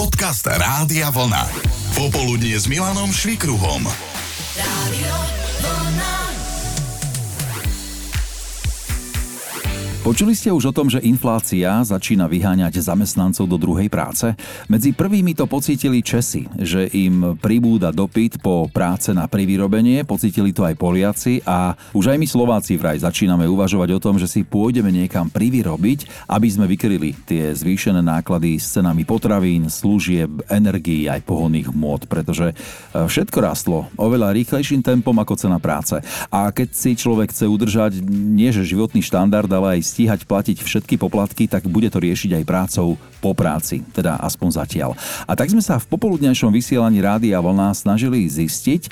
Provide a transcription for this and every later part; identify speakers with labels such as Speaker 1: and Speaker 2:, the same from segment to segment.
Speaker 1: Podcast Rádia Vlna. Popoludnie s Milanom Švikruhom.
Speaker 2: Počuli ste už o tom, že inflácia začína vyháňať zamestnancov do druhej práce? Medzi prvými to pocítili Česi, že im pribúda dopyt po práce na privyrobenie, pocítili to aj Poliaci a už aj my Slováci vraj začíname uvažovať o tom, že si pôjdeme niekam privyrobiť, aby sme vykryli tie zvýšené náklady s cenami potravín, služieb, energií aj pohonných môd, pretože eh, všetko rastlo oveľa rýchlejším tempom ako cena práce. A keď si človek chce udržať nie že životný štandard, ale aj stíhať platiť všetky poplatky, tak bude to riešiť aj prácou po práci, teda aspoň zatiaľ. A tak sme sa v popoludnejšom vysielaní Rádia Vlna snažili zistiť, e,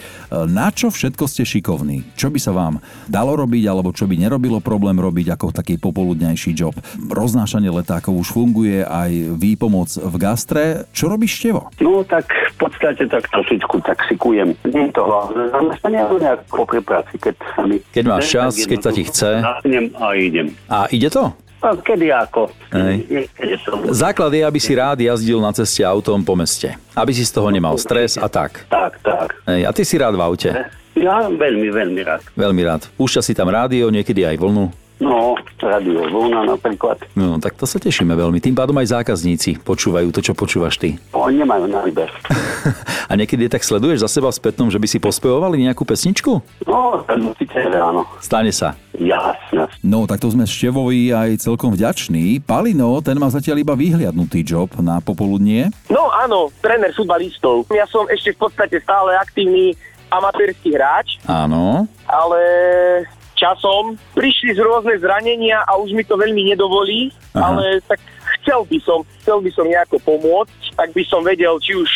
Speaker 2: na čo všetko ste šikovní, čo by sa vám dalo robiť, alebo čo by nerobilo problém robiť ako taký popoludnejší job. Roznášanie letákov už funguje, aj výpomoc v gastre. Čo robíš, Števo?
Speaker 3: No tak v podstate tak trošičku taxikujem. Nie je to hlavné zamestnanie, ale nejak popri práci, keď sa mi...
Speaker 4: Keď máš čas, keď sa ti chce.
Speaker 3: Zapnem a idem.
Speaker 4: A ide to?
Speaker 3: A kedy ako?
Speaker 4: Hej.
Speaker 3: Niekedy som...
Speaker 4: Základ je, aby si rád jazdil na ceste autom po meste. Aby si z toho nemal stres a tak.
Speaker 3: Tak, tak.
Speaker 4: Hej, a ty si rád v aute.
Speaker 3: Ja veľmi, veľmi rád.
Speaker 4: Veľmi rád. Púšťa si tam rádio, niekedy aj vlnu.
Speaker 3: No, Radio Vlna napríklad.
Speaker 4: No, tak to sa tešíme veľmi. Tým pádom aj zákazníci počúvajú to, čo počúvaš ty.
Speaker 3: Oni No, nemajú na výber.
Speaker 4: A niekedy tak sleduješ za seba v spätnom, že by si pospevovali nejakú pesničku?
Speaker 3: No, tak určite áno.
Speaker 4: Stane sa.
Speaker 3: Jasne.
Speaker 2: No, takto sme Števovi aj celkom vďační. Palino, ten má zatiaľ iba vyhliadnutý job na popoludnie.
Speaker 5: No áno, tréner futbalistov. Ja som ešte v podstate stále aktívny amatérsky hráč,
Speaker 4: Áno.
Speaker 5: ale časom prišli z rôzne zranenia a už mi to veľmi nedovolí,
Speaker 4: Aha.
Speaker 5: ale tak chcel by som, chcel by som nejako pomôcť, tak by som vedel, či už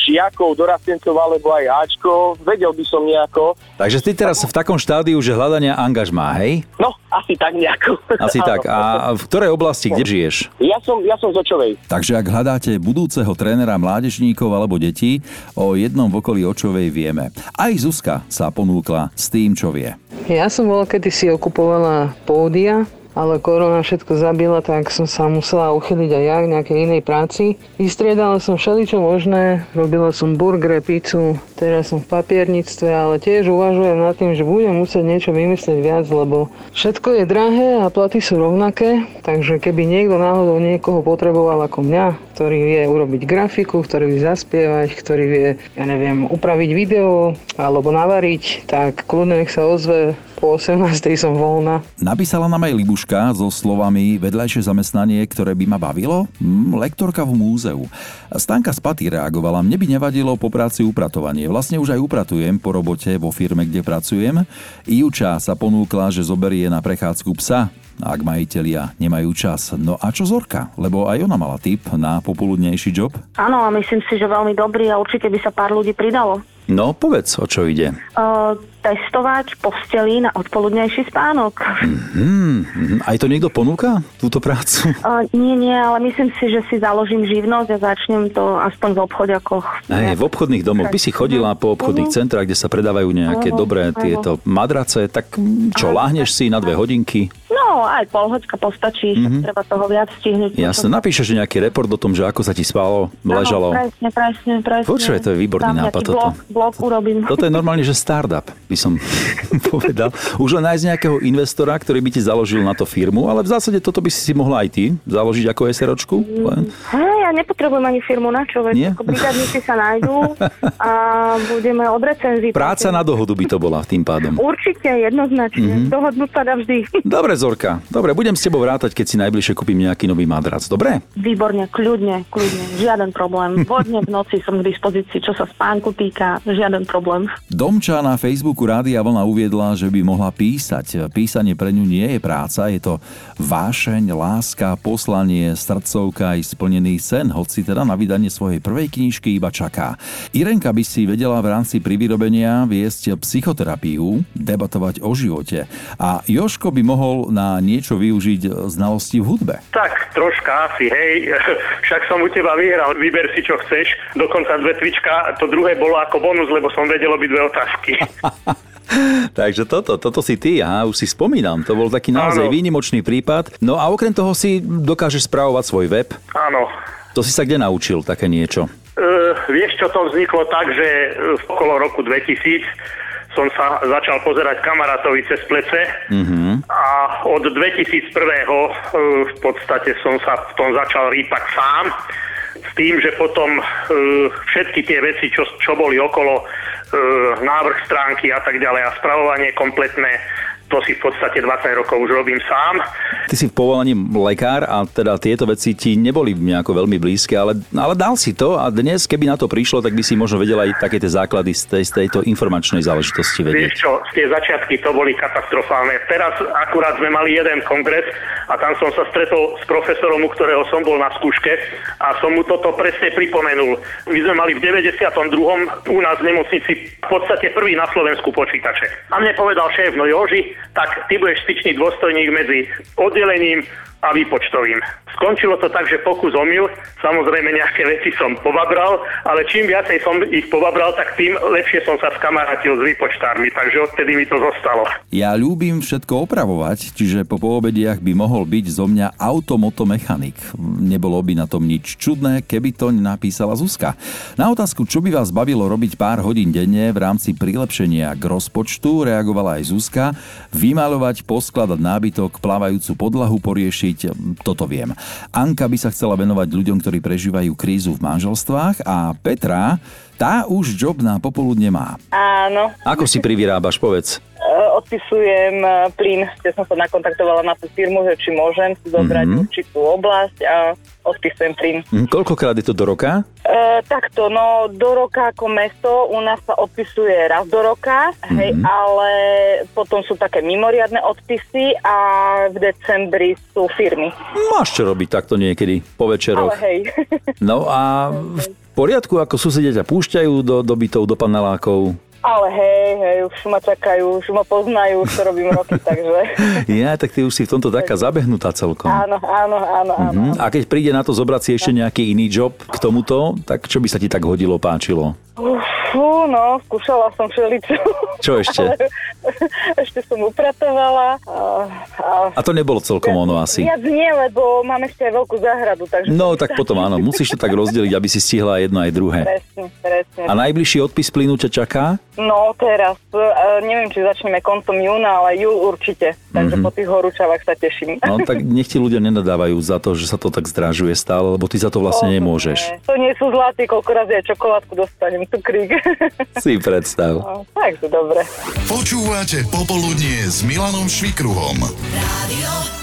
Speaker 5: žiakov, dorastencov alebo aj Ačko, vedel by som nejako,
Speaker 4: Takže ty teraz v takom štádiu, že hľadania angažmá, hej?
Speaker 5: no asi tak nejako.
Speaker 4: Asi
Speaker 5: Áno.
Speaker 4: tak. A v ktorej oblasti, kde žiješ?
Speaker 5: Ja som, ja som z Očovej.
Speaker 2: Takže ak hľadáte budúceho trénera mládežníkov alebo detí, o jednom v okolí očovej vieme. Aj Zuzka sa ponúkla s tým, čo vie.
Speaker 6: Ja som bola kedysi okupovala pódia, ale korona všetko zabila, tak som sa musela uchyliť aj ja k nejakej inej práci. Vystriedala som všeličo možné, robila som burgre, pizzu, teraz som v papierníctve, ale tiež uvažujem nad tým, že budem musieť niečo vymyslieť viac, lebo všetko je drahé a platy sú rovnaké, takže keby niekto náhodou niekoho potreboval ako mňa, ktorý vie urobiť grafiku, ktorý vie zaspievať, ktorý vie, ja neviem, upraviť video alebo navariť, tak kľudne nech sa ozve, po 18. som voľná.
Speaker 2: Napísala nám aj Libuška so slovami vedľajšie zamestnanie, ktoré by ma bavilo? Mm, lektorka v múzeu. Stanka z Paty reagovala, mne by nevadilo po práci upratovanie. Vlastne už aj upratujem po robote vo firme, kde pracujem. Juča sa ponúkla, že zoberie na prechádzku psa, ak majitelia nemajú čas. No a čo Zorka? Lebo aj ona mala tip na popoludnejší job.
Speaker 7: Áno, a myslím si, že veľmi dobrý a určite by sa pár ľudí pridalo.
Speaker 4: No, povedz, o čo ide.
Speaker 7: Uh, testovač postelí na odpoludnejší spánok.
Speaker 4: Hmm, mhm. aj to niekto ponúka, túto prácu?
Speaker 7: Uh, nie, nie, ale myslím si, že si založím živnosť a začnem to aspoň v obchodiakoch.
Speaker 4: Hej, v obchodných domoch by si chodila po obchodných centrách, kde sa predávajú nejaké dobré tieto madrace, tak mm, čo, láhneš si na dve hodinky?
Speaker 7: No, aj polhoďka
Speaker 4: Mhm.
Speaker 7: postačí, mm-hmm. treba toho viac stihnúť.
Speaker 4: Jasne, napíšeš nejaký report o tom, že ako sa ti spalo, ležalo.
Speaker 7: Áno, presne, presne, presne.
Speaker 4: Počúvaj, to je výborný
Speaker 7: Dám
Speaker 4: nápad
Speaker 7: taký
Speaker 4: toto.
Speaker 7: Blok, blok urobím.
Speaker 4: Toto je normálne, že startup, by som povedal. Už len nájsť nejakého investora, ktorý by ti založil na to firmu, ale v zásade toto by si si mohla aj ty založiť ako SROčku. Len.
Speaker 7: Hej, ja nepotrebujem ani firmu na čo, veď
Speaker 4: Nie?
Speaker 7: ako brigádnici sa nájdú a budeme od recenzií.
Speaker 4: Práca Mhm. na dohodu by to bola tým pádom.
Speaker 7: Určite, jednoznačne. Mm-hmm. Dohodnúť sa dá vždy.
Speaker 4: Dobre, Zorka. Dobre, budem s tebou vrátať, keď si najbližšie kúpim nejaký nový madrac. Dobre?
Speaker 7: Výborne, kľudne, kľudne. Žiaden problém. Vodne v noci som k dispozícii, čo sa spánku týka. Žiaden problém.
Speaker 2: Domča na Facebooku Rádia Vlna uviedla, že by mohla písať. Písanie pre ňu nie je práca, je to vášeň, láska, poslanie, srdcovka aj splnený sen, hoci teda na vydanie svojej prvej knižky iba čaká. Irenka by si vedela v rámci privyrobenia viesť psychoterapiu, debatovať o živote a Joško by mohol na niečo využiť znalosti v hudbe.
Speaker 8: Tak, troška asi, hej. Však som u teba vyhral, vyber si čo chceš. Dokonca dve trička, to druhé bolo ako bonus, lebo som vedel obi dve otázky.
Speaker 4: Takže toto, toto si ty, aha, už si spomínam. To bol taký naozaj
Speaker 8: Áno.
Speaker 4: výnimočný prípad. No a okrem toho si dokážeš správovať svoj web.
Speaker 8: Áno,
Speaker 4: To si sa kde naučil také niečo?
Speaker 8: Uh, vieš, čo to vzniklo tak, že eh, okolo roku 2000 som sa začal pozerať kamarátovi cez plece mm-hmm. a od 2001. eh, v podstate som sa v tom začal rýpať sám s tým, že potom eh, všetky tie veci, čo, čo boli okolo eh, návrh stránky a tak ďalej a spravovanie kompletné, to si v podstate 20 rokov už robím sám.
Speaker 4: Ty si v povolaní lekár a teda tieto veci ti neboli nejako veľmi blízke, ale, ale dal si to a dnes, keby na to prišlo, tak by si možno vedel aj také tie základy z, tej, z tejto informačnej záležitosti vedieť.
Speaker 8: Vieš čo, tie začiatky to boli katastrofálne. Teraz akurát sme mali jeden kongres a tam som sa stretol s profesorom, u ktorého som bol na skúške a som mu toto presne pripomenul. My sme mali v 92. u nás v nemocnici v podstate prvý na Slovensku počítače. A mne povedal šéf, no Joži, tak ty budeš styčný dôstojník medzi oddelením a výpočtovým. Skončilo to tak, že pokus omyl, samozrejme nejaké veci som povabral, ale čím viacej som ich povabral, tak tým lepšie som sa skamarátil s výpočtármi, takže odtedy mi to zostalo.
Speaker 2: Ja ľúbim všetko opravovať, čiže po poobediach by mohol byť zo mňa automotomechanik. Nebolo by na tom nič čudné, keby to napísala Zuzka. Na otázku, čo by vás bavilo robiť pár hodín denne v rámci prilepšenia k rozpočtu, reagovala aj Zuzka. Vymalovať, poskladať nábytok, plávajúcu podlahu poriešiť, toto viem. Anka by sa chcela venovať ľuďom, ktorí prežívajú krízu v manželstvách a Petra, tá už job na popoludne má.
Speaker 9: Áno,
Speaker 4: Ako si privyrábaš, povedz.
Speaker 9: e, odpisujem e, plyn, kde som sa nakontaktovala na tú firmu, že či môžem si zobrať
Speaker 4: Mhm.
Speaker 9: mm-hmm. určitú oblasť a odpisujem plyn.
Speaker 4: Hm, Koľkokrát je to do roka?
Speaker 9: E, takto, no do roka ako mesto u nás sa odpisuje raz do roka, hej, mm-hmm. ale potom sú také mimoriadne odpisy a v decembri sú firmy.
Speaker 4: Máš čo robiť takto niekedy, po
Speaker 9: Ale
Speaker 4: večeroch.
Speaker 9: hej,
Speaker 4: No a v poriadku, ako susedia ťa púšťajú do, do bytov, do panelákov.
Speaker 9: ale hej, hej, už ma čakajú, už ma poznajú, už to robím roky, takže
Speaker 4: Ja, tak ty už si v tomto taká zabehnutá celkom.
Speaker 9: áno, áno, áno, áno.
Speaker 2: Mhm.
Speaker 4: Hm, A keď príde na to zobrať si ešte nejaký iný job k tomuto, tak čo by sa ti tak hodilo, páčilo?
Speaker 9: Fú, no, skúšala som všeličo.
Speaker 4: Čo ešte?
Speaker 9: Ale ešte som upratovala. A, a
Speaker 4: A to nebolo celkom ono asi.
Speaker 9: Viac nie, lebo mám ešte aj veľkú záhradu,
Speaker 2: Mhm.
Speaker 9: takže...
Speaker 4: No tak potom áno, musíš to tak rozdeliť, aby si stihla jedno aj druhé.
Speaker 9: Presne, presne.
Speaker 4: A najbližší odpis plynu ťa čaká?
Speaker 9: No teraz, e, neviem, či začneme koncom júna, ale júl určite. Takže po tých horúčavách sa teším.
Speaker 4: No tak nech ti ľudia nenadávajú za to, že sa to tak zdražuje stále, lebo ty za to vlastne nemôžeš.
Speaker 9: To nie sú zlaty, koľko razy aj čokoládku dostanem, cukrík.
Speaker 4: Si predstav.
Speaker 9: no, takže dobre.
Speaker 1: Počúvate Popoludnie s Milanom Švikruhom.
Speaker 10: Radio